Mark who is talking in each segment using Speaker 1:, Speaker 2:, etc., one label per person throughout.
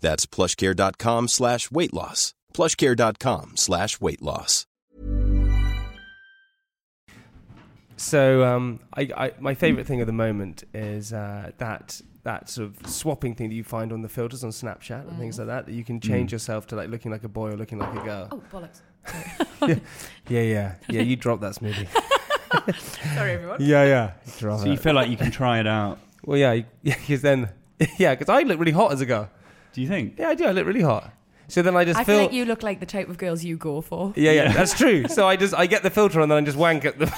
Speaker 1: That's plushcare.com slash weight loss. plushcare.com slash weight loss.
Speaker 2: So um, I, I, my favorite thing at the moment is uh, that that sort of swapping thing that you find on the filters on Snapchat and
Speaker 3: Mm.
Speaker 2: things like that that you can change yourself to like looking like a boy or looking like a girl.
Speaker 3: Oh, bollocks.
Speaker 2: Yeah, yeah, yeah. You dropped that smoothie.
Speaker 3: Sorry, everyone.
Speaker 2: yeah, yeah. Drop
Speaker 4: So you
Speaker 2: that.
Speaker 4: feel like you can try it out.
Speaker 2: well, yeah, because then, yeah, because I look really hot as a girl.
Speaker 4: Do you think?
Speaker 2: Yeah, I do. I look really hot. So then I just
Speaker 3: I
Speaker 2: feel.
Speaker 3: feel like you look like the type of girls you go for.
Speaker 2: yeah, yeah, that's true. So I just I get the filter and then I just wank at the.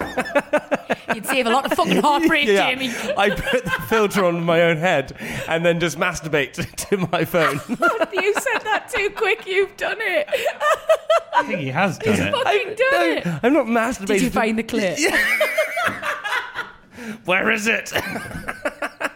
Speaker 3: You'd save a lot of fucking heartbreak,
Speaker 2: Yeah,
Speaker 3: Jamie.
Speaker 2: I put the filter on my own head and then just masturbate to my phone.
Speaker 3: you said that too quick. You've done it.
Speaker 4: I think he has done it.
Speaker 3: fucking done it.
Speaker 2: I'm not masturbating.
Speaker 3: Did you
Speaker 2: to-
Speaker 3: find the clip? Yeah.
Speaker 2: Where is it?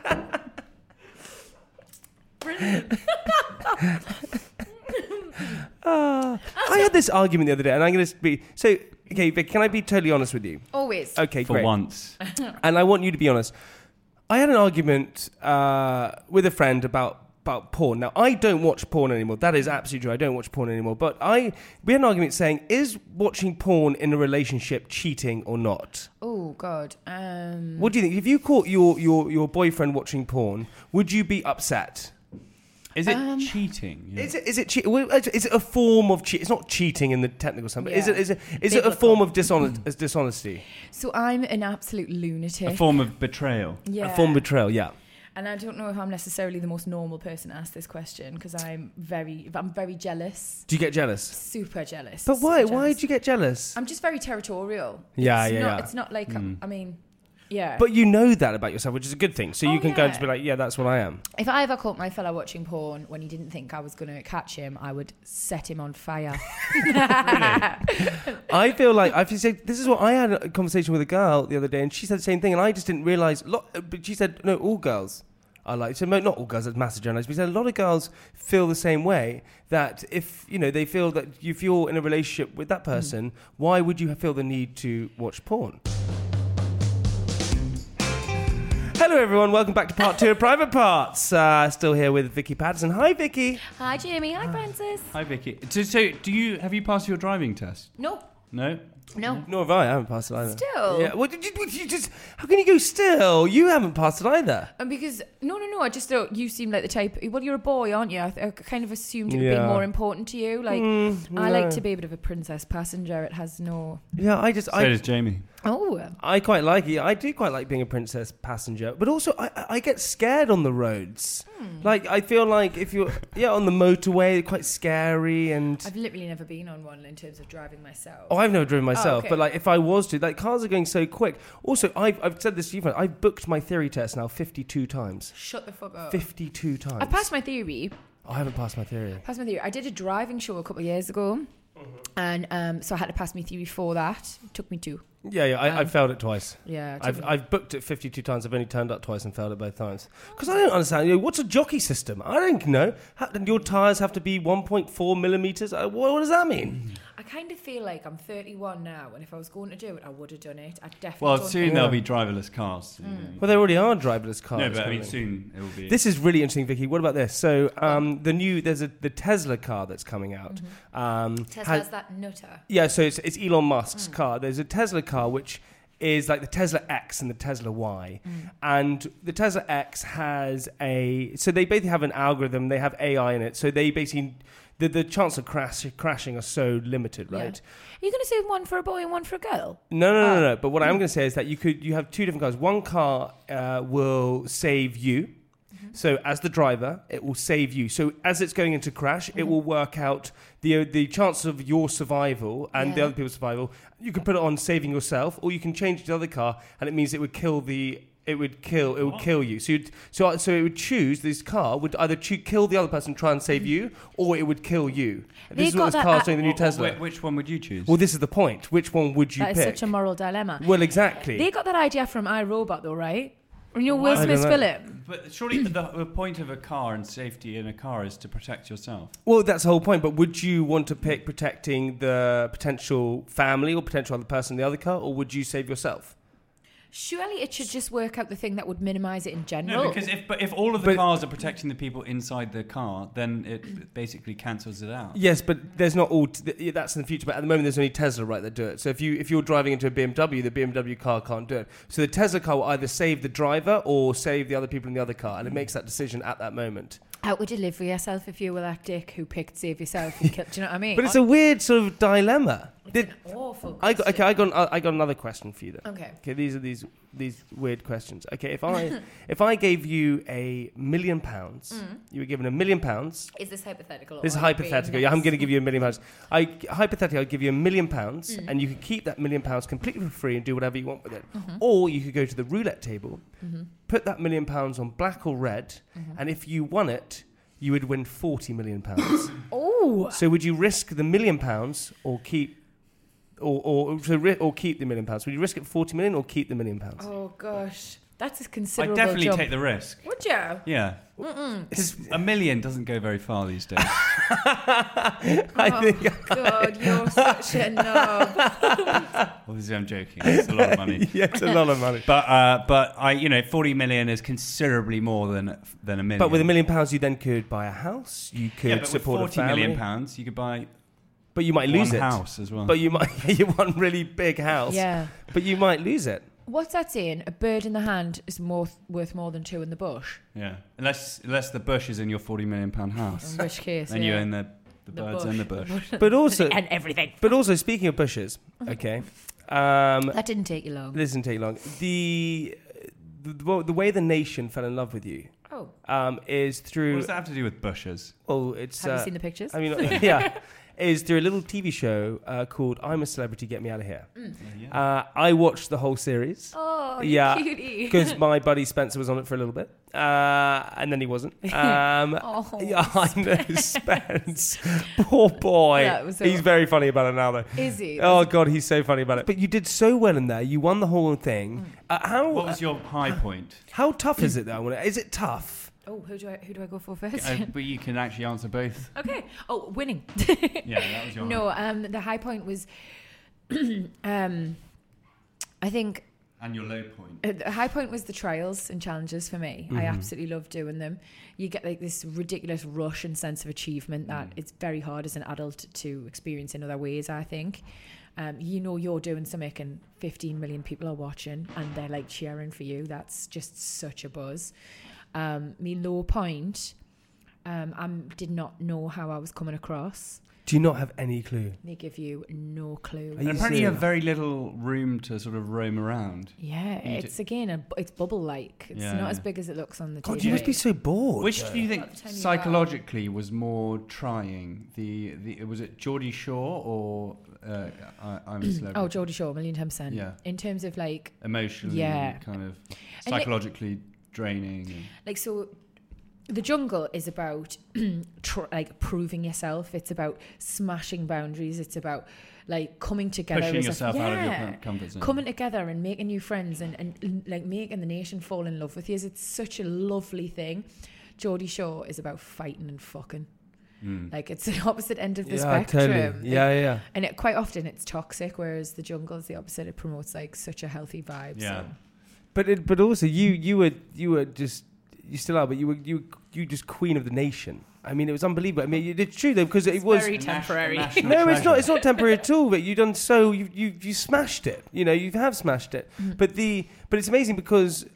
Speaker 2: Ah, I had this argument the other day, and I'm going to be so. Okay, Vic, can I be totally honest with you?
Speaker 3: Always.
Speaker 2: Okay,
Speaker 4: For
Speaker 2: great.
Speaker 4: once.
Speaker 2: and I want you to be honest. I had an argument uh, with a friend about about porn. Now I don't watch porn anymore. That is absolutely true. I don't watch porn anymore. But I we had an argument saying is watching porn in a relationship cheating or not?
Speaker 3: Oh God. Um,
Speaker 2: What do you think? If you caught your your your boyfriend watching porn, would you be upset?
Speaker 4: Is it cheating? Yeah.
Speaker 2: Is it is it che- well, is it a form of cheat? It's not cheating in the technical sense. But is
Speaker 3: Yeah.
Speaker 2: it is it is it a form of dishonest as dishonesty?
Speaker 3: so I'm an absolute lunatic.
Speaker 4: a form of betrayal?
Speaker 3: yeah.
Speaker 2: A form of betrayal. Yeah.
Speaker 3: and I don't know if I'm necessarily the most normal person to ask this question because I'm very, I'm very jealous,
Speaker 2: Do you get jealous?
Speaker 3: super jealous.
Speaker 2: But why?
Speaker 3: super
Speaker 2: Why
Speaker 3: jealous.
Speaker 2: do you get jealous?
Speaker 3: I'm just very territorial.
Speaker 2: Yeah,
Speaker 3: it's
Speaker 2: yeah,
Speaker 3: not,
Speaker 2: yeah. Hmm.
Speaker 3: It's not like I mean, yeah.
Speaker 2: But you know that about yourself, which is a good thing. So you
Speaker 3: Oh,
Speaker 2: can go and
Speaker 3: yeah.
Speaker 2: just be like, yeah, that's what I am.
Speaker 3: If I ever caught my fella watching porn when he didn't think I was going to catch him, I would set him on fire.
Speaker 2: I feel like I've said this is what I had a conversation with a girl the other day, and she said the same thing, and I just didn't realize. Lot, but she said no, all girls are like so. no, Not all girls, that's massive generalized. But she said a lot of girls feel the same way that if you know they feel that if you're in a relationship with
Speaker 3: Hmm.
Speaker 2: that person, why would you feel the need to watch porn? Hello, everyone. Welcome back to part two of Private Parts. Uh, still here with Vicky Patterson. Hi, Vicky.
Speaker 3: Hi, Jamie. Hi, Francis.
Speaker 4: Hi, Vicky. So, so do you have you passed your driving test?
Speaker 3: No,
Speaker 4: No.
Speaker 3: no.
Speaker 2: Nor have I. I haven't passed it either.
Speaker 3: Still?
Speaker 2: Yeah. Well, did you, did you just? How can you go still? You haven't passed it either.
Speaker 3: And because no, no, no. I just thought you seemed like the type. Well, you're a boy, aren't you? I, th- I kind of assumed it would
Speaker 2: Yeah.
Speaker 3: be more important to you. Like
Speaker 2: Mm,
Speaker 3: I like
Speaker 2: no.
Speaker 3: to be a bit of a princess passenger. It has no.
Speaker 2: Yeah, I just.
Speaker 4: So
Speaker 2: I,
Speaker 4: does Jamie.
Speaker 3: Oh,
Speaker 2: I quite like it. I do quite like being a princess passenger, but also I, I- I get scared on the roads. Like I feel like if you're yeah on the motorway, it's quite scary and.
Speaker 3: I've literally never been on one in terms of driving myself.
Speaker 2: Oh, I've never driven myself,
Speaker 3: okay.
Speaker 2: but like if I was to, like cars are going so quick. Also, I've, I've said this to you, friend, I've booked my theory test now 52 times.
Speaker 3: Shut the fuck
Speaker 2: Uh,
Speaker 3: up.
Speaker 2: 52 times. Oh,
Speaker 3: I passed my theory.
Speaker 2: I haven't passed my theory.
Speaker 3: Pass my theory. I did a driving show a couple of years ago,
Speaker 2: Mm-hmm.
Speaker 3: and um, so I had to pass my theory for that. It took me two.
Speaker 2: Yeah, yeah, I, I failed it twice.
Speaker 3: Yeah, it took
Speaker 2: I've,
Speaker 3: me-
Speaker 2: I've booked it 52 times. I've only turned up twice and failed it both times. Because I don't understand. You know, what's a jockey system? I don't know. How, and your tyres have to be 1.4 millimetres? Uh, What, what does that mean?
Speaker 3: I kind of feel like I'm 31 now, and if I was going to do it, I would have done it. I definitely.
Speaker 4: Well,
Speaker 3: don't
Speaker 4: soon
Speaker 3: think-
Speaker 4: there'll be driverless cars. you know.
Speaker 2: Well, there already are driverless cars.
Speaker 4: No, but I mean,
Speaker 2: currently.
Speaker 4: soon it will be.
Speaker 2: This is really interesting, Vicky. What about this? So um, the new there's a the Tesla car that's coming out. Um,
Speaker 3: Tesla's
Speaker 2: has-
Speaker 3: that nutter.
Speaker 2: yeah, so it's, it's Elon Musk's car. There's a Tesla car which is like the Tesla X and the Tesla Y, and the Tesla X has a so they basically have an algorithm. They have AI in it, so they basically the the chance of crash, crashing are so limited,
Speaker 3: Yeah.
Speaker 2: right?
Speaker 3: Are you going to say one for a boy and one for a girl?
Speaker 2: No, no, no, no,
Speaker 3: Ah.
Speaker 2: no. But what
Speaker 3: Mm.
Speaker 2: I'm going to say is that you could you have two different cars. One car uh, will save you.
Speaker 3: Mm-hmm.
Speaker 2: So as the driver, it will save you. So as it's going into crash,
Speaker 3: Mm-hmm.
Speaker 2: it will work out the the chance of your survival and the
Speaker 3: Yeah.
Speaker 2: other people's survival. You can put it on saving yourself, or you can change it to the other car, and it means it would kill the it would kill it would kill you. So you'd, so so it would choose this car would either choo- kill the other person, try and save you, or it would kill you.
Speaker 3: They've
Speaker 2: This is what
Speaker 3: Mm-hmm. got
Speaker 2: this
Speaker 3: that
Speaker 2: car's
Speaker 3: app-
Speaker 2: doing. The new
Speaker 4: What-
Speaker 2: Tesla.
Speaker 4: wh- Which one would you choose?
Speaker 2: well, this is the point. Which one would you
Speaker 3: That is
Speaker 2: pick?
Speaker 3: such a moral dilemma.
Speaker 2: Well, exactly.
Speaker 3: They got that idea from iRobot, though, right? And your Will
Speaker 2: I don't
Speaker 3: Smith's
Speaker 2: know.
Speaker 3: Philip.
Speaker 4: but surely the, the point of a car and safety in a car is to protect yourself.
Speaker 2: well, that's the whole point. But would you want to pick protecting the potential family or potential other person in the other car, or would you save yourself?
Speaker 3: Surely it should just work out the thing that would minimise it in
Speaker 4: No,
Speaker 3: general.
Speaker 4: because if but if all of the
Speaker 2: But-
Speaker 4: cars are protecting the people inside the car, then it basically cancels it out.
Speaker 2: Yes, but there's not all. T- th- that's in the future. But at the moment, there's only Tesla right that do it. So if you if you're driving into a BMW, the BMW car can't do it. So the Tesla car will either save the driver or save the other people in the other car, and it makes that decision at that moment.
Speaker 3: Out would you live for yourself if you were that dick who picked save yourself and killed? Do you know what I mean?
Speaker 2: But it's a weird sort of dilemma.
Speaker 3: It's
Speaker 2: Did-
Speaker 3: an awful.
Speaker 2: I got, okay, I got, an- I got another question for you then.
Speaker 3: Okay.
Speaker 2: Okay, these are these these weird questions. Okay, if I if I gave you a million pounds, you were given a million pounds.
Speaker 3: Is this hypothetical? or
Speaker 2: This is
Speaker 3: are you Oh, being
Speaker 2: hypothetical. Yeah, I'm
Speaker 3: nice?
Speaker 2: going to give you a million pounds. I hypothetically, I'd give you a million pounds, and you could keep that million pounds completely for free and do whatever you want with it. Or you could go to the roulette table, put that million pounds on black or red, and if you won it, you would win forty million pounds.
Speaker 3: Oh,
Speaker 2: So would you risk the million pounds or keep or or, so ri- or keep the million pounds? Would you risk it for forty million or keep the million pounds?
Speaker 3: oh gosh, that's a
Speaker 4: I
Speaker 3: considerable
Speaker 4: definitely
Speaker 3: jump.
Speaker 4: take the risk.
Speaker 3: Would you?
Speaker 4: Yeah, because a million doesn't go very far these days.
Speaker 2: I think
Speaker 3: Oh, God, you're such a knob.
Speaker 4: Obviously, I'm joking. It's a lot of money.
Speaker 2: yeah, it's a lot of money.
Speaker 4: But uh, but I you know forty million is considerably more than than a million.
Speaker 2: But with a million pounds, you then could buy a house. You could
Speaker 4: yeah, but with
Speaker 2: support
Speaker 4: forty
Speaker 2: a family.
Speaker 4: million pounds, you could buy
Speaker 2: but you might lose
Speaker 4: one
Speaker 2: it.
Speaker 4: house as well.
Speaker 2: But you might you want really big house.
Speaker 3: Yeah.
Speaker 2: But you might lose it.
Speaker 3: What's that saying? A bird in the hand is more worth more than two in the bush.
Speaker 4: yeah, unless unless the bush is in your forty million pound house,
Speaker 3: In which case,
Speaker 4: then
Speaker 3: yeah.
Speaker 4: you own the the, birds and the bush.
Speaker 2: But also,
Speaker 3: and everything.
Speaker 2: but also speaking of bushes,
Speaker 3: Uh-huh.
Speaker 2: okay. Um,
Speaker 3: That didn't take you long.
Speaker 2: this didn't take long. The, the the way the nation fell in love with you
Speaker 3: Oh,
Speaker 2: um, is
Speaker 4: What
Speaker 2: through
Speaker 4: does that have to do with bushes?
Speaker 2: Oh, it's.
Speaker 3: have
Speaker 2: uh,
Speaker 3: you seen the pictures?
Speaker 2: I mean, yeah. Is through a little TV show uh, called "I'm a Celebrity, Get Me Out of Here." Uh, I watched the whole series.
Speaker 3: Mm. oh, you
Speaker 2: yeah,
Speaker 3: cutie.
Speaker 2: because my buddy Spencer was on it for a little bit, uh, and then he wasn't. Um,
Speaker 3: Oh,
Speaker 2: yeah, I know Spence. Poor boy.
Speaker 3: Yeah, it was so-
Speaker 2: he's very funny about it now, though.
Speaker 3: Is he?
Speaker 2: Oh God, he's so funny about it. But you did so well in there. You won the whole thing. Uh, how
Speaker 4: What was your high point?
Speaker 2: how tough is it though? Is it tough?
Speaker 3: Oh, who do I who do I go for first?
Speaker 4: Uh, but you can actually answer both.
Speaker 3: okay. Oh, winning.
Speaker 4: Yeah, that was your.
Speaker 3: no, um, the high point was, um, I think
Speaker 4: And your low point.
Speaker 3: Uh, The high point was the trials and challenges for me.
Speaker 2: Mm-hmm.
Speaker 3: I absolutely love doing them. You get like this ridiculous rush and sense of achievement that
Speaker 2: Mm.
Speaker 3: it's very hard as an adult to experience in other ways, I think. Um, you know you're doing something and 15 million people are watching and they're like cheering for you. That's just such a buzz. Um, me low point, um, I did not know how I was coming across.
Speaker 2: Do you not have any clue?
Speaker 3: They give you no clue.
Speaker 4: And apparently, you have very little room to sort of roam around.
Speaker 3: Yeah,
Speaker 4: You
Speaker 3: it's again a, bu- it's bubble like. It's
Speaker 4: Yeah,
Speaker 3: not
Speaker 4: yeah.
Speaker 3: as big as it looks on the
Speaker 2: God,
Speaker 3: TV.
Speaker 2: you must be so bored.
Speaker 4: Which do you think
Speaker 3: What time you
Speaker 4: psychologically was more trying? The, the was it Geordie Shaw or uh, I, I'm a celebrity?
Speaker 3: Oh, Geordie Shaw, a million times percent.
Speaker 4: Yeah.
Speaker 3: In terms of like,
Speaker 4: Emotionally,
Speaker 3: Yeah.
Speaker 4: kind of
Speaker 3: it-
Speaker 4: psychologically draining. and-
Speaker 3: like so, the jungle is about tr- like proving yourself. It's about smashing boundaries. It's about like coming together.
Speaker 4: Pushing
Speaker 3: as a-
Speaker 4: yourself out of your
Speaker 3: Yeah.
Speaker 4: com- comfort zone.
Speaker 3: Coming together and making new friends and, and like making the nation fall in love with you. It's such a lovely thing. Geordie Shaw is about fighting and fucking.
Speaker 4: Hmm.
Speaker 3: Like it's the opposite end of the
Speaker 2: yeah,
Speaker 3: spectrum.
Speaker 2: totally.
Speaker 3: It-
Speaker 2: Yeah, yeah, yeah.
Speaker 3: and it, quite often it's toxic, whereas the jungle is the opposite. It promotes like such a healthy vibe.
Speaker 4: Yeah.
Speaker 3: So.
Speaker 2: But it, but also you you were you were just you still are, but you were you were- you just queen of the nation. I mean, it was unbelievable. I mean, it's true though because it was
Speaker 3: very temporary.
Speaker 4: national
Speaker 2: No, it's not.
Speaker 4: treasure.
Speaker 2: It's not temporary at all. But you've done so. You you you smashed it. You know, you have smashed it. But the but it's amazing because,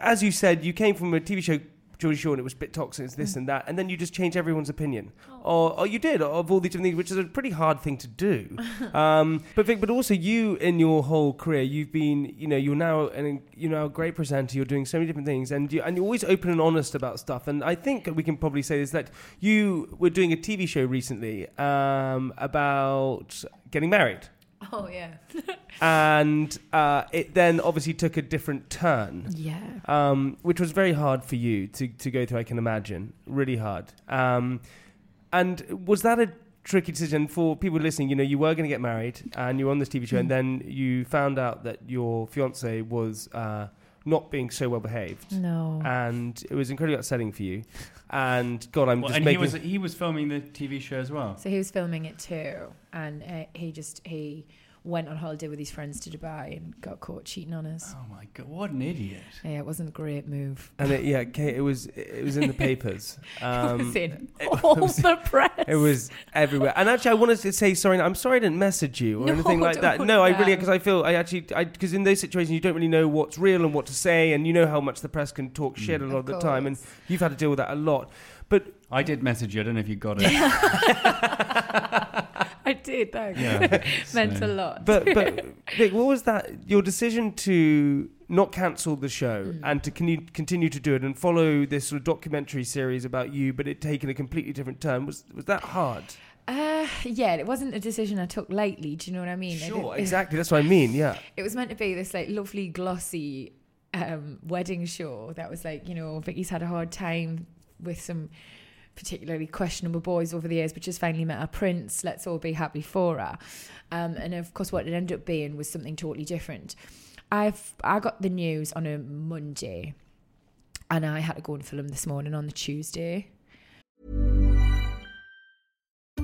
Speaker 2: as you said, you came from a TV show. Geordie Shore and it was a bit toxic, it's this and that, and then you just change everyone's opinion, or, or you did of all these different things, which is a pretty hard thing to do. um, but Vic, but also you in your whole career, you've been, you know, you're now an you're now a great presenter. You're doing so many different things, and you and you're always open and honest about stuff. And I think we can probably say this that you were doing a TV show recently um, about getting married,
Speaker 3: Oh yeah.
Speaker 2: and uh, it then obviously took a different turn.
Speaker 3: yeah.
Speaker 2: Um, which was very hard for you to, to go through, I can imagine. Really hard. Um, and was that a tricky decision for people listening? You know, you were going to get married and you were on this TV show, and then you found out that your fiance was uh, not being so well behaved.
Speaker 3: No.
Speaker 2: Uh, And it was incredibly upsetting for you. And God, I'm
Speaker 4: Well,
Speaker 2: just
Speaker 4: and he
Speaker 2: making.
Speaker 4: was he was filming the TV show as well.
Speaker 3: So he was filming it too, and uh, he just he went on holiday with his friends to Dubai and got caught cheating on us.
Speaker 4: Oh my god, what an idiot!
Speaker 3: Yeah, it wasn't a great move.
Speaker 2: and it, yeah, Kate, it was it was in the papers. Um,
Speaker 3: it was in all the press.
Speaker 2: It was everywhere. And actually, I wanted to say sorry. I'm sorry I didn't message you or
Speaker 3: No,
Speaker 2: anything like that.
Speaker 3: don't
Speaker 2: No, I really
Speaker 3: then.
Speaker 2: because I feel I actually because in those situations you don't really know what's real and what to say, and you know how much the press can talk shit a
Speaker 3: Mm.
Speaker 2: lot of, the time, and you've had to deal with that a lot. But
Speaker 4: I did message you. I don't know if you got it.
Speaker 3: I did, thanks.
Speaker 4: Yeah.
Speaker 3: Meant
Speaker 4: So-
Speaker 3: a lot.
Speaker 2: but but Vic, what was that? Your decision to not cancel the show
Speaker 3: Mm.
Speaker 2: and to con- continue to do it and follow this sort of documentary series about you, but it taking a completely different turn was was that hard?
Speaker 3: uh, yeah, it wasn't a decision I took lightly. Do you know what I mean? I
Speaker 2: Sure,
Speaker 3: did-
Speaker 2: exactly. That's what I mean. Yeah.
Speaker 3: It was meant to be this like lovely glossy um, wedding show that was like you know Vicky's had a hard time with some particularly questionable boys over the years, but she's finally met her prince. Let's all be happy for her. Um, and of course, what it ended up being was something totally different. I've I got the news on a Monday, and I had to go and film this morning on the Tuesday.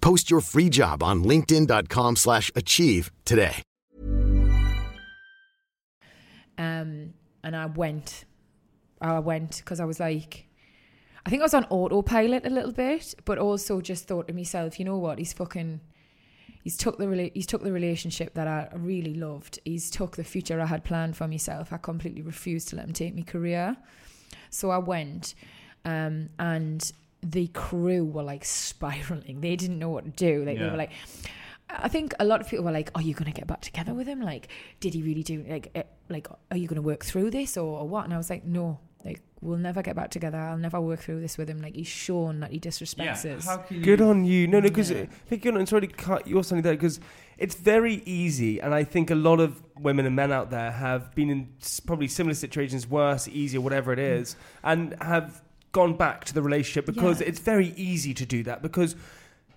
Speaker 5: Post your free job on linkedin.com/achieve slash achieve today.
Speaker 3: um, and I went. I went because I was like, I think I was on autopilot a little bit, but also just thought to myself, you know what? He's fucking. He's took the rela- he's took the relationship that I really loved. He's took the future I had planned for myself. I completely refused to let him take my career, so I went, um, and the crew were like spiraling. They didn't know what to do. Like they
Speaker 4: Yeah.
Speaker 3: were like, I think a lot of people were like, "Are you going to get back together with him? Like, did he really do like eh, like Are you going to work through this or, or what?" And I was like, "No, like we'll never get back together. I'll never work through this with him. Like he's shown that he disrespects us."
Speaker 4: How can you?
Speaker 2: Good on you. No, no, because I think you're not sorry to cut you off something there because it's very easy, and I think a lot of women and men out there have been in s- probably similar situations, worse, easier, whatever it is, and have gone back to the relationship because
Speaker 3: Yeah.
Speaker 2: it's very easy to do that because.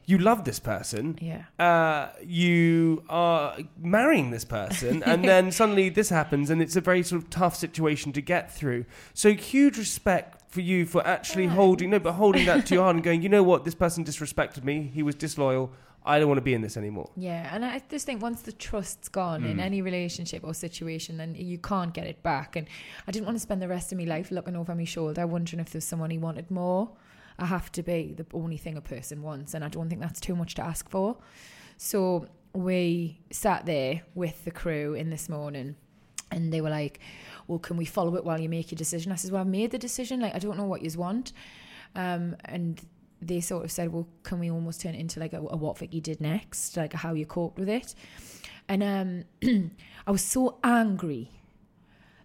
Speaker 2: you love this person.
Speaker 3: Yeah.
Speaker 2: Uh, you are marrying this person, and then suddenly this happens, and it's a very sort of tough situation to get through. So huge respect for you for actually holding no, but holding that to your heart and going, you know what, this person disrespected me. He was disloyal. I don't want to be in this anymore.
Speaker 3: Yeah, and I just think once the trust's gone in any relationship or situation, then you can't get it back. And I didn't want to spend the rest of my life looking over my shoulder, wondering if there's someone he wanted more. I have to be the only thing a person wants, and I don't think that's too much to ask for. So we sat there with the crew in this morning, and they were like, "Well, can we follow it while you make your decision?" I says, "Well, I've made the decision. Like, I don't know what you want." Um, and they sort of said, "Well, can we almost turn it into like a, a what Vicky did next, like how you coped with it?" And um, I was so angry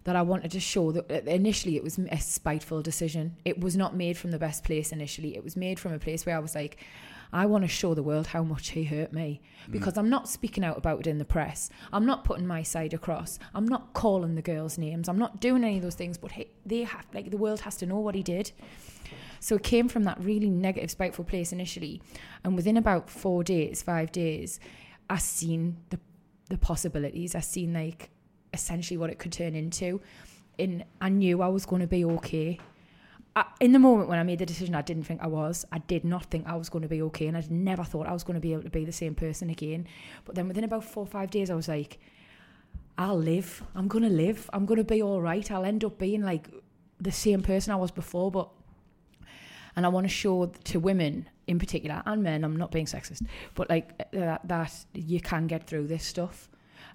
Speaker 3: that I wanted to show that that initially it was a spiteful decision. It was not made from the best place initially. It was made from a place where I was like, I want to show the world how much he hurt me because I'm not speaking out about it in the press. I'm not putting my side across. I'm not calling the girls' names. I'm not doing any of those things. But he, they have, like, the world has to know what he did. So it came from that really negative, spiteful place initially. And within about four days, five days, I seen the the possibilities. I seen like essentially what it could turn into. And I knew I was going to be okay. I, in the moment when I made the decision, I didn't think I was. I did not think I was going to be okay, and I never thought I was going to be able to be the same person again. But then within about four or five days, I was like, I'll live. I'm going to live. I'm going to be all right. I'll end up being like the same person I was before, but and I want to show to women in particular and men. I'm not being sexist, but like uh, that, that you can get through this stuff,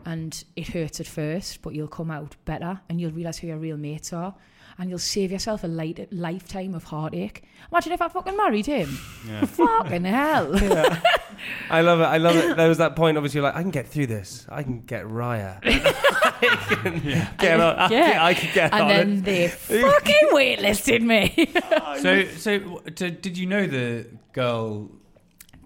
Speaker 3: and it hurts at first, but you'll come out better, and you'll realize who your real mates are, and you'll save yourself a light, lifetime of heartache. Imagine if I fucking married him. fucking hell.
Speaker 2: I love it. I love it. There was that point, obviously, like I can get through this. I can get Raya. I can get on. I can- I can get
Speaker 3: and
Speaker 2: on.
Speaker 3: then
Speaker 2: it.
Speaker 3: they fucking waitlisted me.
Speaker 4: So, so w- to, did you know the girl,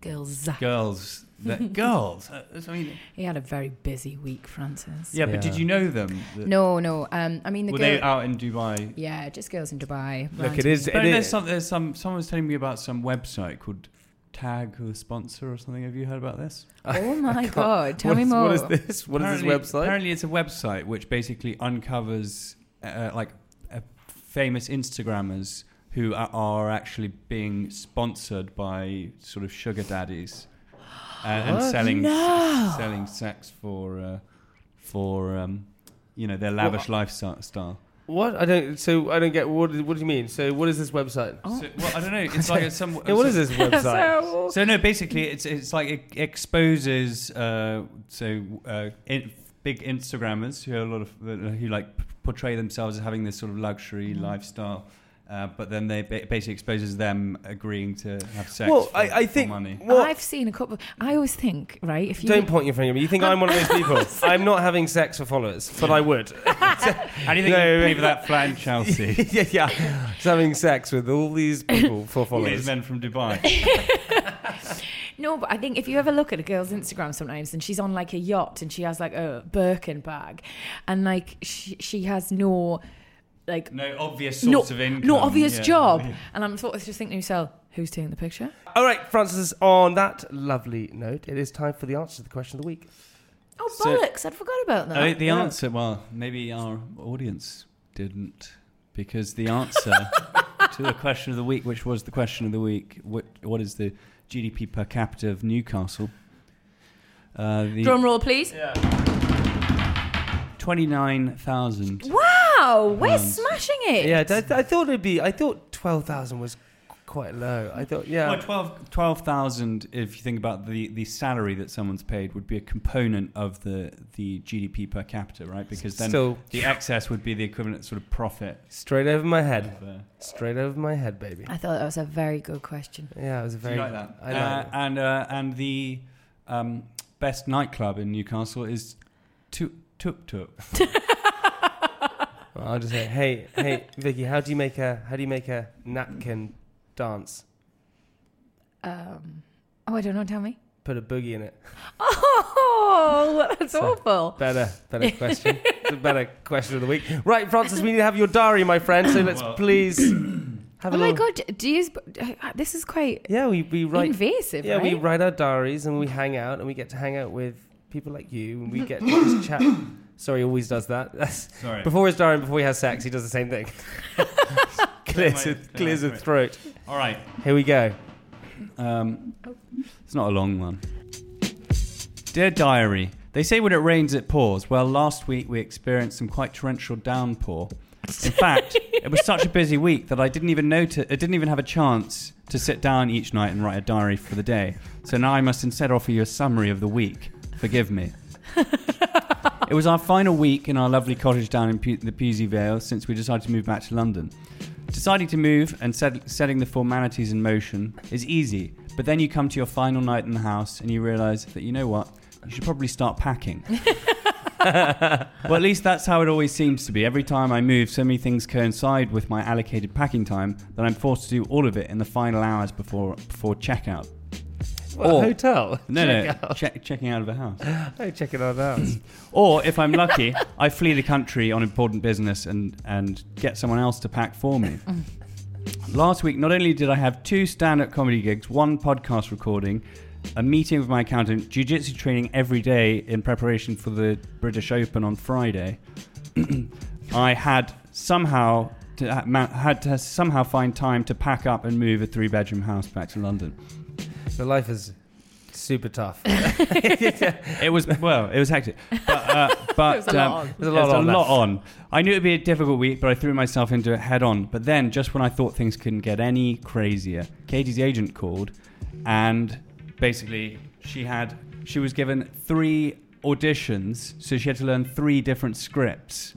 Speaker 3: Girls, uh,
Speaker 4: girls, that girls? Uh, I mean,
Speaker 3: he had a very busy week, Francis.
Speaker 4: yeah, but did
Speaker 2: Yeah. uh,
Speaker 4: you know them? The-
Speaker 3: No, no. Um, I mean the
Speaker 4: Were
Speaker 3: girl.
Speaker 4: they out in Dubai?
Speaker 3: Yeah, just girls in Dubai.
Speaker 2: Look, it is.
Speaker 4: But
Speaker 2: It
Speaker 4: there's
Speaker 2: is.
Speaker 4: some, there's some. Someone was telling me about some website called Tag the Sponsor or something. Have you heard about this?
Speaker 3: Oh my god! Tell
Speaker 2: What
Speaker 3: me
Speaker 2: is-
Speaker 3: more.
Speaker 2: What is this? What is this
Speaker 4: Apparently-
Speaker 2: website?
Speaker 4: Apparently, it's a website which basically uncovers uh, like uh, famous Instagrammers who are, are actually being sponsored by sort of sugar daddies uh, and selling selling sex for uh, for um, you know their lavish lifestyle.
Speaker 2: What? I don't. So I don't get. What? do- What do you mean? So what is this website?
Speaker 4: So, well, I don't know. It's like it's some.
Speaker 2: Yeah, Oh. what is this website?
Speaker 3: So,
Speaker 4: So no, basically, it's it's like it exposes uh, so uh, in, big Instagrammers who are a lot of who like p- portray themselves as having this sort of luxury
Speaker 2: Mm-hmm.
Speaker 4: lifestyle, uh, but then they ba- basically exposes them agreeing to have sex.
Speaker 2: well,
Speaker 4: for,
Speaker 2: I, I
Speaker 4: for
Speaker 2: think.
Speaker 4: money.
Speaker 2: What?
Speaker 3: I've seen a couple. I always think, right? If you
Speaker 2: don't point your finger at me. You think I'm one of those people? I'm not having sex for followers, but I would.
Speaker 4: How do you think
Speaker 2: No,
Speaker 4: you
Speaker 2: no,
Speaker 4: pay for that flat in Chelsea?
Speaker 2: yeah, yeah. Just having sex with all these people for
Speaker 4: All these
Speaker 2: followers.
Speaker 4: men from Dubai.
Speaker 3: no, but I think if you ever look at a girl's Instagram sometimes, and she's on like a yacht, and she has like a Birkin bag, and like she she has no like
Speaker 4: No obvious source
Speaker 3: no,
Speaker 4: of income.
Speaker 3: no obvious
Speaker 4: yeah.
Speaker 3: job, and I'm sort of just thinking to myself, who's taking the picture?
Speaker 2: All right, Francis. On that lovely note, it is time for the answer to the question of the week.
Speaker 3: Oh
Speaker 4: So-
Speaker 3: bollocks! I'd forgot about that.
Speaker 4: I think the
Speaker 2: Yeah.
Speaker 4: answer, well, maybe our audience didn't, because the answer to the question of the week, which was the question of the week, what, what is the GDP per capita of Newcastle? Uh, the
Speaker 3: Drum roll, please.
Speaker 4: 29,000.
Speaker 3: Wow, we're
Speaker 4: Pounds.
Speaker 3: smashing it.
Speaker 2: Yeah, I, th- I thought it'd be. I thought twelve thousand was quite low. I thought, yeah.
Speaker 4: Well, 12 12,000, if you think about the, the salary that someone's paid, would be a component of the, the GDP per capita, right? Because then
Speaker 2: Still-
Speaker 4: the excess would be the equivalent sort of profit.
Speaker 2: Straight over my head.
Speaker 4: Of, uh,
Speaker 2: Straight over my head, baby.
Speaker 3: I thought that was a very good question.
Speaker 2: Yeah, it was a very.
Speaker 4: you like that?
Speaker 2: I like
Speaker 4: uh,
Speaker 2: it.
Speaker 4: And uh, and the um, best nightclub in Newcastle is Tuk Tuk Tuk.
Speaker 2: Well, I'll just say, hey, hey, Vicky, how do you make a how do you make a napkin dance?
Speaker 3: Um, oh, I don't know. Tell me.
Speaker 2: Put a boogie in it.
Speaker 3: Oh, that's
Speaker 2: So-
Speaker 3: awful.
Speaker 2: Better, better question. It's a better question of the week. Right, Francis, we need to have your diary, my friend. So let's please Have
Speaker 3: oh
Speaker 2: a
Speaker 3: my
Speaker 2: little-
Speaker 3: god, do you? uh, This is quite
Speaker 2: Yeah, we, we write.
Speaker 3: invasive,
Speaker 2: yeah,
Speaker 3: right?
Speaker 2: we write our diaries and we hang out and we get to hang out with people like you and we get to just chat. Sorry, he always does that. That's,
Speaker 4: Sorry.
Speaker 2: Before his diary and before he has sex, he does the same thing. clears his, clears his throat.
Speaker 4: All right.
Speaker 2: Here we go.
Speaker 4: Um, it's not a long one. Dear Diary, they say when it rains it pours. Well, last week we experienced some quite torrential downpour. In fact, it was such a busy week that I didn't even notice. I didn't even have a chance to sit down each night and write a diary for the day. So now I must instead offer you a summary of the week. Forgive me. it was our final week in our lovely cottage down in Pu- the Pusey Vale since we decided to move back to London. Deciding to move and set- setting the formalities in motion is easy, but then you come to your final night in the house and you realise that you know what? You should probably start packing. well, at least that's how it always seems to be. Every time I move, so many things coincide with my allocated packing time that I'm forced to do all of it in the final hours before before checkout.
Speaker 2: What,
Speaker 4: Or-
Speaker 2: hotel?
Speaker 4: No,
Speaker 2: Check
Speaker 4: no,
Speaker 2: out.
Speaker 4: check, checking out of a house.
Speaker 2: Oh, check it out. That.
Speaker 4: Or if I'm lucky, I flee the country on important business and, and get someone else to pack for me. Last week, not only did I have two stand up comedy gigs, one podcast recording, a meeting with my accountant, jiu jitsu training every day in preparation for the British Open on Friday, I had somehow. To, ha- ma- had to somehow find time to pack up and move a three bedroom house back to London.
Speaker 2: so life is super tough.
Speaker 4: It was well, it was hectic, but uh, but
Speaker 3: There's a lot on.
Speaker 4: there's
Speaker 2: There's a lot on left.
Speaker 4: on. I knew it'd be a difficult week, but I threw myself into it head on. But then, just when I thought things couldn't get any crazier, Katie's agent called, and basically she had she was given three auditions, so she had to learn three different scripts,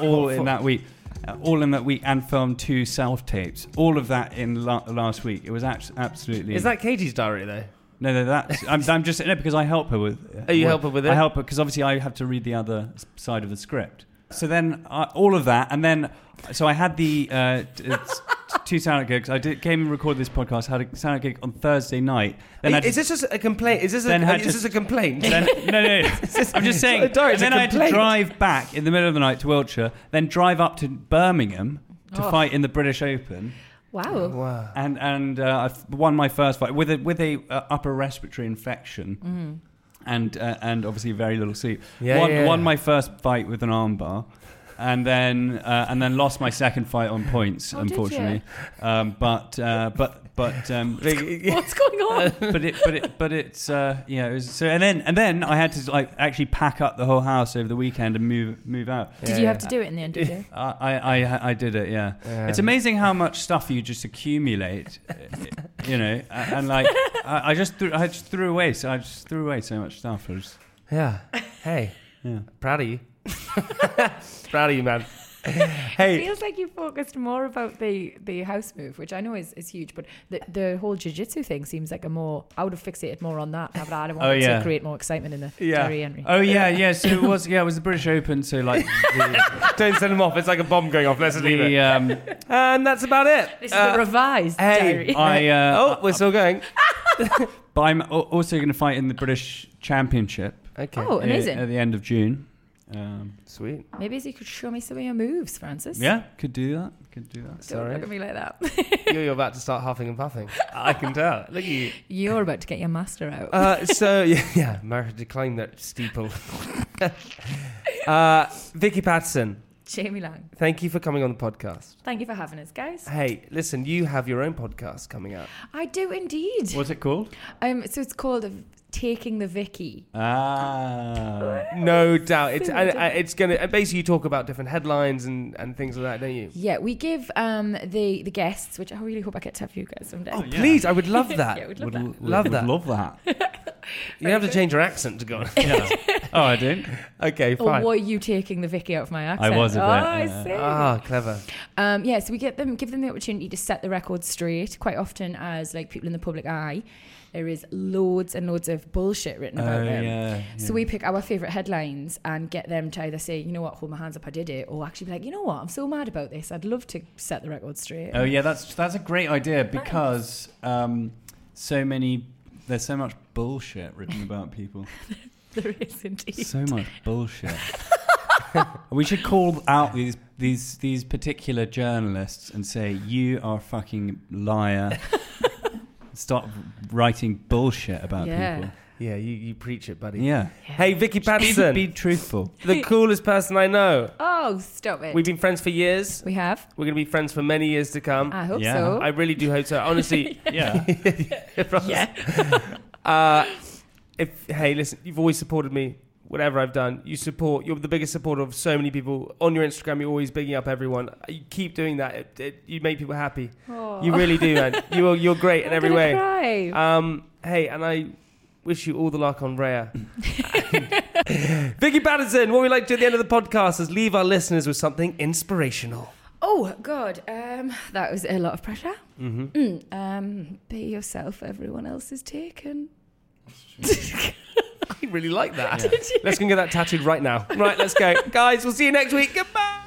Speaker 2: Oh,
Speaker 4: all in that week. uh, all in that week, and film two self tapes. All of that in la- last week. It was abs- absolutely.
Speaker 2: is that Katie's diary though?
Speaker 4: No, no, that's I'm, I'm just no because I help her with.
Speaker 2: Oh, you help her with
Speaker 4: I
Speaker 2: it?
Speaker 4: help her because obviously I have to read the other s- side of the script. So then uh, all of that, and then so I had the uh, t- it's t- two sound gigs. I did, came and recorded this podcast. Had a sound gig on Thursday night. Then I
Speaker 2: is this just a complaint? Is this a,
Speaker 4: Then had
Speaker 2: is
Speaker 4: just-
Speaker 2: this a complaint?
Speaker 4: then, no, no, no. I'm just saying.
Speaker 2: Sorry, it's
Speaker 4: and then
Speaker 2: a
Speaker 4: I had to
Speaker 2: complaint.
Speaker 4: drive back in the middle of the night to Wiltshire, then drive up to Birmingham
Speaker 2: Oh.
Speaker 4: to fight in the British Open
Speaker 3: wow.
Speaker 2: wow.
Speaker 4: and and uh, I f- won my first fight with a with a uh, upper respiratory infection.
Speaker 3: Mm-hmm.
Speaker 4: And uh, and obviously very little sleep.
Speaker 2: Yeah,
Speaker 4: won,
Speaker 2: yeah.
Speaker 4: won my first fight with an armbar, and then uh, and then lost my second fight on points,
Speaker 3: Oh, did
Speaker 4: unfortunately. Um, but uh, but but um,
Speaker 3: What's going on?
Speaker 4: but it but it but it's uh, yeah. It was, so and then and then I had to like actually pack up the whole house over the weekend and move move out.
Speaker 3: Did you have to do it in the end? Did you?
Speaker 4: I, I, I did it, yeah. It's amazing how much stuff you just accumulate, uh, you know, a- and like I, I just threw, I just threw away, so I just threw away so much stuff. I was-
Speaker 2: Yeah. Hey.
Speaker 4: yeah.
Speaker 2: Proud of you. Proud of you, man.
Speaker 3: It
Speaker 2: Hey.
Speaker 3: feels like you focused more about the, the house move, which I know is, is huge, but the, the whole jiu-jitsu thing seems like a more, I would have fixated more on that. I'd have wanted
Speaker 4: yeah.
Speaker 3: to create more excitement in the
Speaker 2: Oh, Yeah.
Speaker 3: diary entry.
Speaker 4: Oh yeah, yeah. So it was, yeah, it was the British Open. So like the,
Speaker 2: Don't send him off. It's like a bomb going off. Let's leave
Speaker 4: the
Speaker 2: it.
Speaker 4: um,
Speaker 2: And that's about it.
Speaker 3: This is
Speaker 2: Uh,
Speaker 3: the revised
Speaker 2: hey.
Speaker 3: diary.
Speaker 4: I uh,
Speaker 2: oh, we're still going.
Speaker 4: but I'm al- also going to fight in the British Championship
Speaker 2: Okay.
Speaker 3: oh,
Speaker 4: i-
Speaker 3: amazing.
Speaker 4: at the end of June. Um,
Speaker 2: Sweet.
Speaker 3: Maybe you could show me some of your moves, Francis.
Speaker 4: yeah, could do that. Could do that.
Speaker 3: Don't
Speaker 2: Sorry.
Speaker 3: look at me like that.
Speaker 2: You're you're about to start huffing and puffing. I can tell. Look at you.
Speaker 3: You're about to get your master out.
Speaker 2: Uh, so yeah, yeah, Mara declined that steeple. uh, Vicky Patterson,
Speaker 3: Jamie Lang.
Speaker 2: thank you for coming on the podcast.
Speaker 3: Thank you for having us, guys.
Speaker 2: Hey, listen, you have your own podcast coming out.
Speaker 3: I do indeed.
Speaker 4: What's it called?
Speaker 3: Um, so it's called uh, Taking the Vicky.
Speaker 4: Ah,
Speaker 2: No doubt, it's and, uh, it's gonna and basically you talk about different headlines and, and things like that, don't you?
Speaker 3: Yeah, we give um, the the guests, which I really hope I get to have you guys someday.
Speaker 4: yeah.
Speaker 2: Please, I would love that.
Speaker 3: Yeah, we'd love
Speaker 4: Would
Speaker 3: that.
Speaker 4: l- would-
Speaker 2: Love
Speaker 4: would
Speaker 2: that.
Speaker 4: Love that.
Speaker 2: you have to change your accent to go on.
Speaker 4: Oh, I do.
Speaker 2: okay,
Speaker 3: Or
Speaker 2: fine.
Speaker 3: were you taking the Vicky out of my accent?
Speaker 4: was a bit,
Speaker 3: Oh, I
Speaker 4: yeah.
Speaker 3: see.
Speaker 2: Ah, clever.
Speaker 3: Um, yeah, so we get them, give them the opportunity to set the record straight. Quite often, as like people in the public eye, there is loads and loads of bullshit written about
Speaker 4: Oh,
Speaker 3: them.
Speaker 4: yeah,
Speaker 3: So we pick our favorite headlines and get them to either say, you know what, hold my hands up, I did it, or actually be like, you know what, I'm so mad about this. I'd love to set the record straight.
Speaker 4: Oh yeah, that's that's a great idea because um, so many there's so much bullshit written about people.
Speaker 3: There is indeed.
Speaker 4: so much bullshit. We should call out these these these particular journalists and say you are a fucking liar. Stop writing bullshit about
Speaker 3: Yeah.
Speaker 4: people.
Speaker 2: Yeah, you, you preach it, buddy.
Speaker 4: Yeah.
Speaker 2: Hey, Vicky
Speaker 4: Be,
Speaker 2: Patterson,
Speaker 4: be truthful.
Speaker 2: the coolest person I know.
Speaker 3: Oh, stop it.
Speaker 2: We've been friends for years.
Speaker 3: We have.
Speaker 2: We're going to be friends for many years to come.
Speaker 3: I hope
Speaker 4: Yeah.
Speaker 3: so.
Speaker 2: I really do hope so. Honestly,
Speaker 4: Yeah.
Speaker 2: Ross,
Speaker 3: yeah.
Speaker 2: Uh, if hey, listen, you've always supported me. Whatever I've done, you support. You're the biggest supporter of so many people on your Instagram. You're always bigging up everyone. You keep doing that. It, it, you make people happy.
Speaker 3: Oh.
Speaker 2: You really do, man. You are, you're great in
Speaker 3: I'm
Speaker 2: every
Speaker 3: gonna
Speaker 2: way.
Speaker 3: cry.
Speaker 2: Um, hey, and I wish you all the luck on Raya. Vicky Patterson, what we like to do at the end of the podcast is leave our listeners with something inspirational.
Speaker 3: Oh God, um, that was a lot of pressure. Mm, um, be yourself. Everyone else is taken.
Speaker 2: I really like that. Let's go and get that tattooed right now. Right, let's go. Guys, we'll see you next week. Goodbye.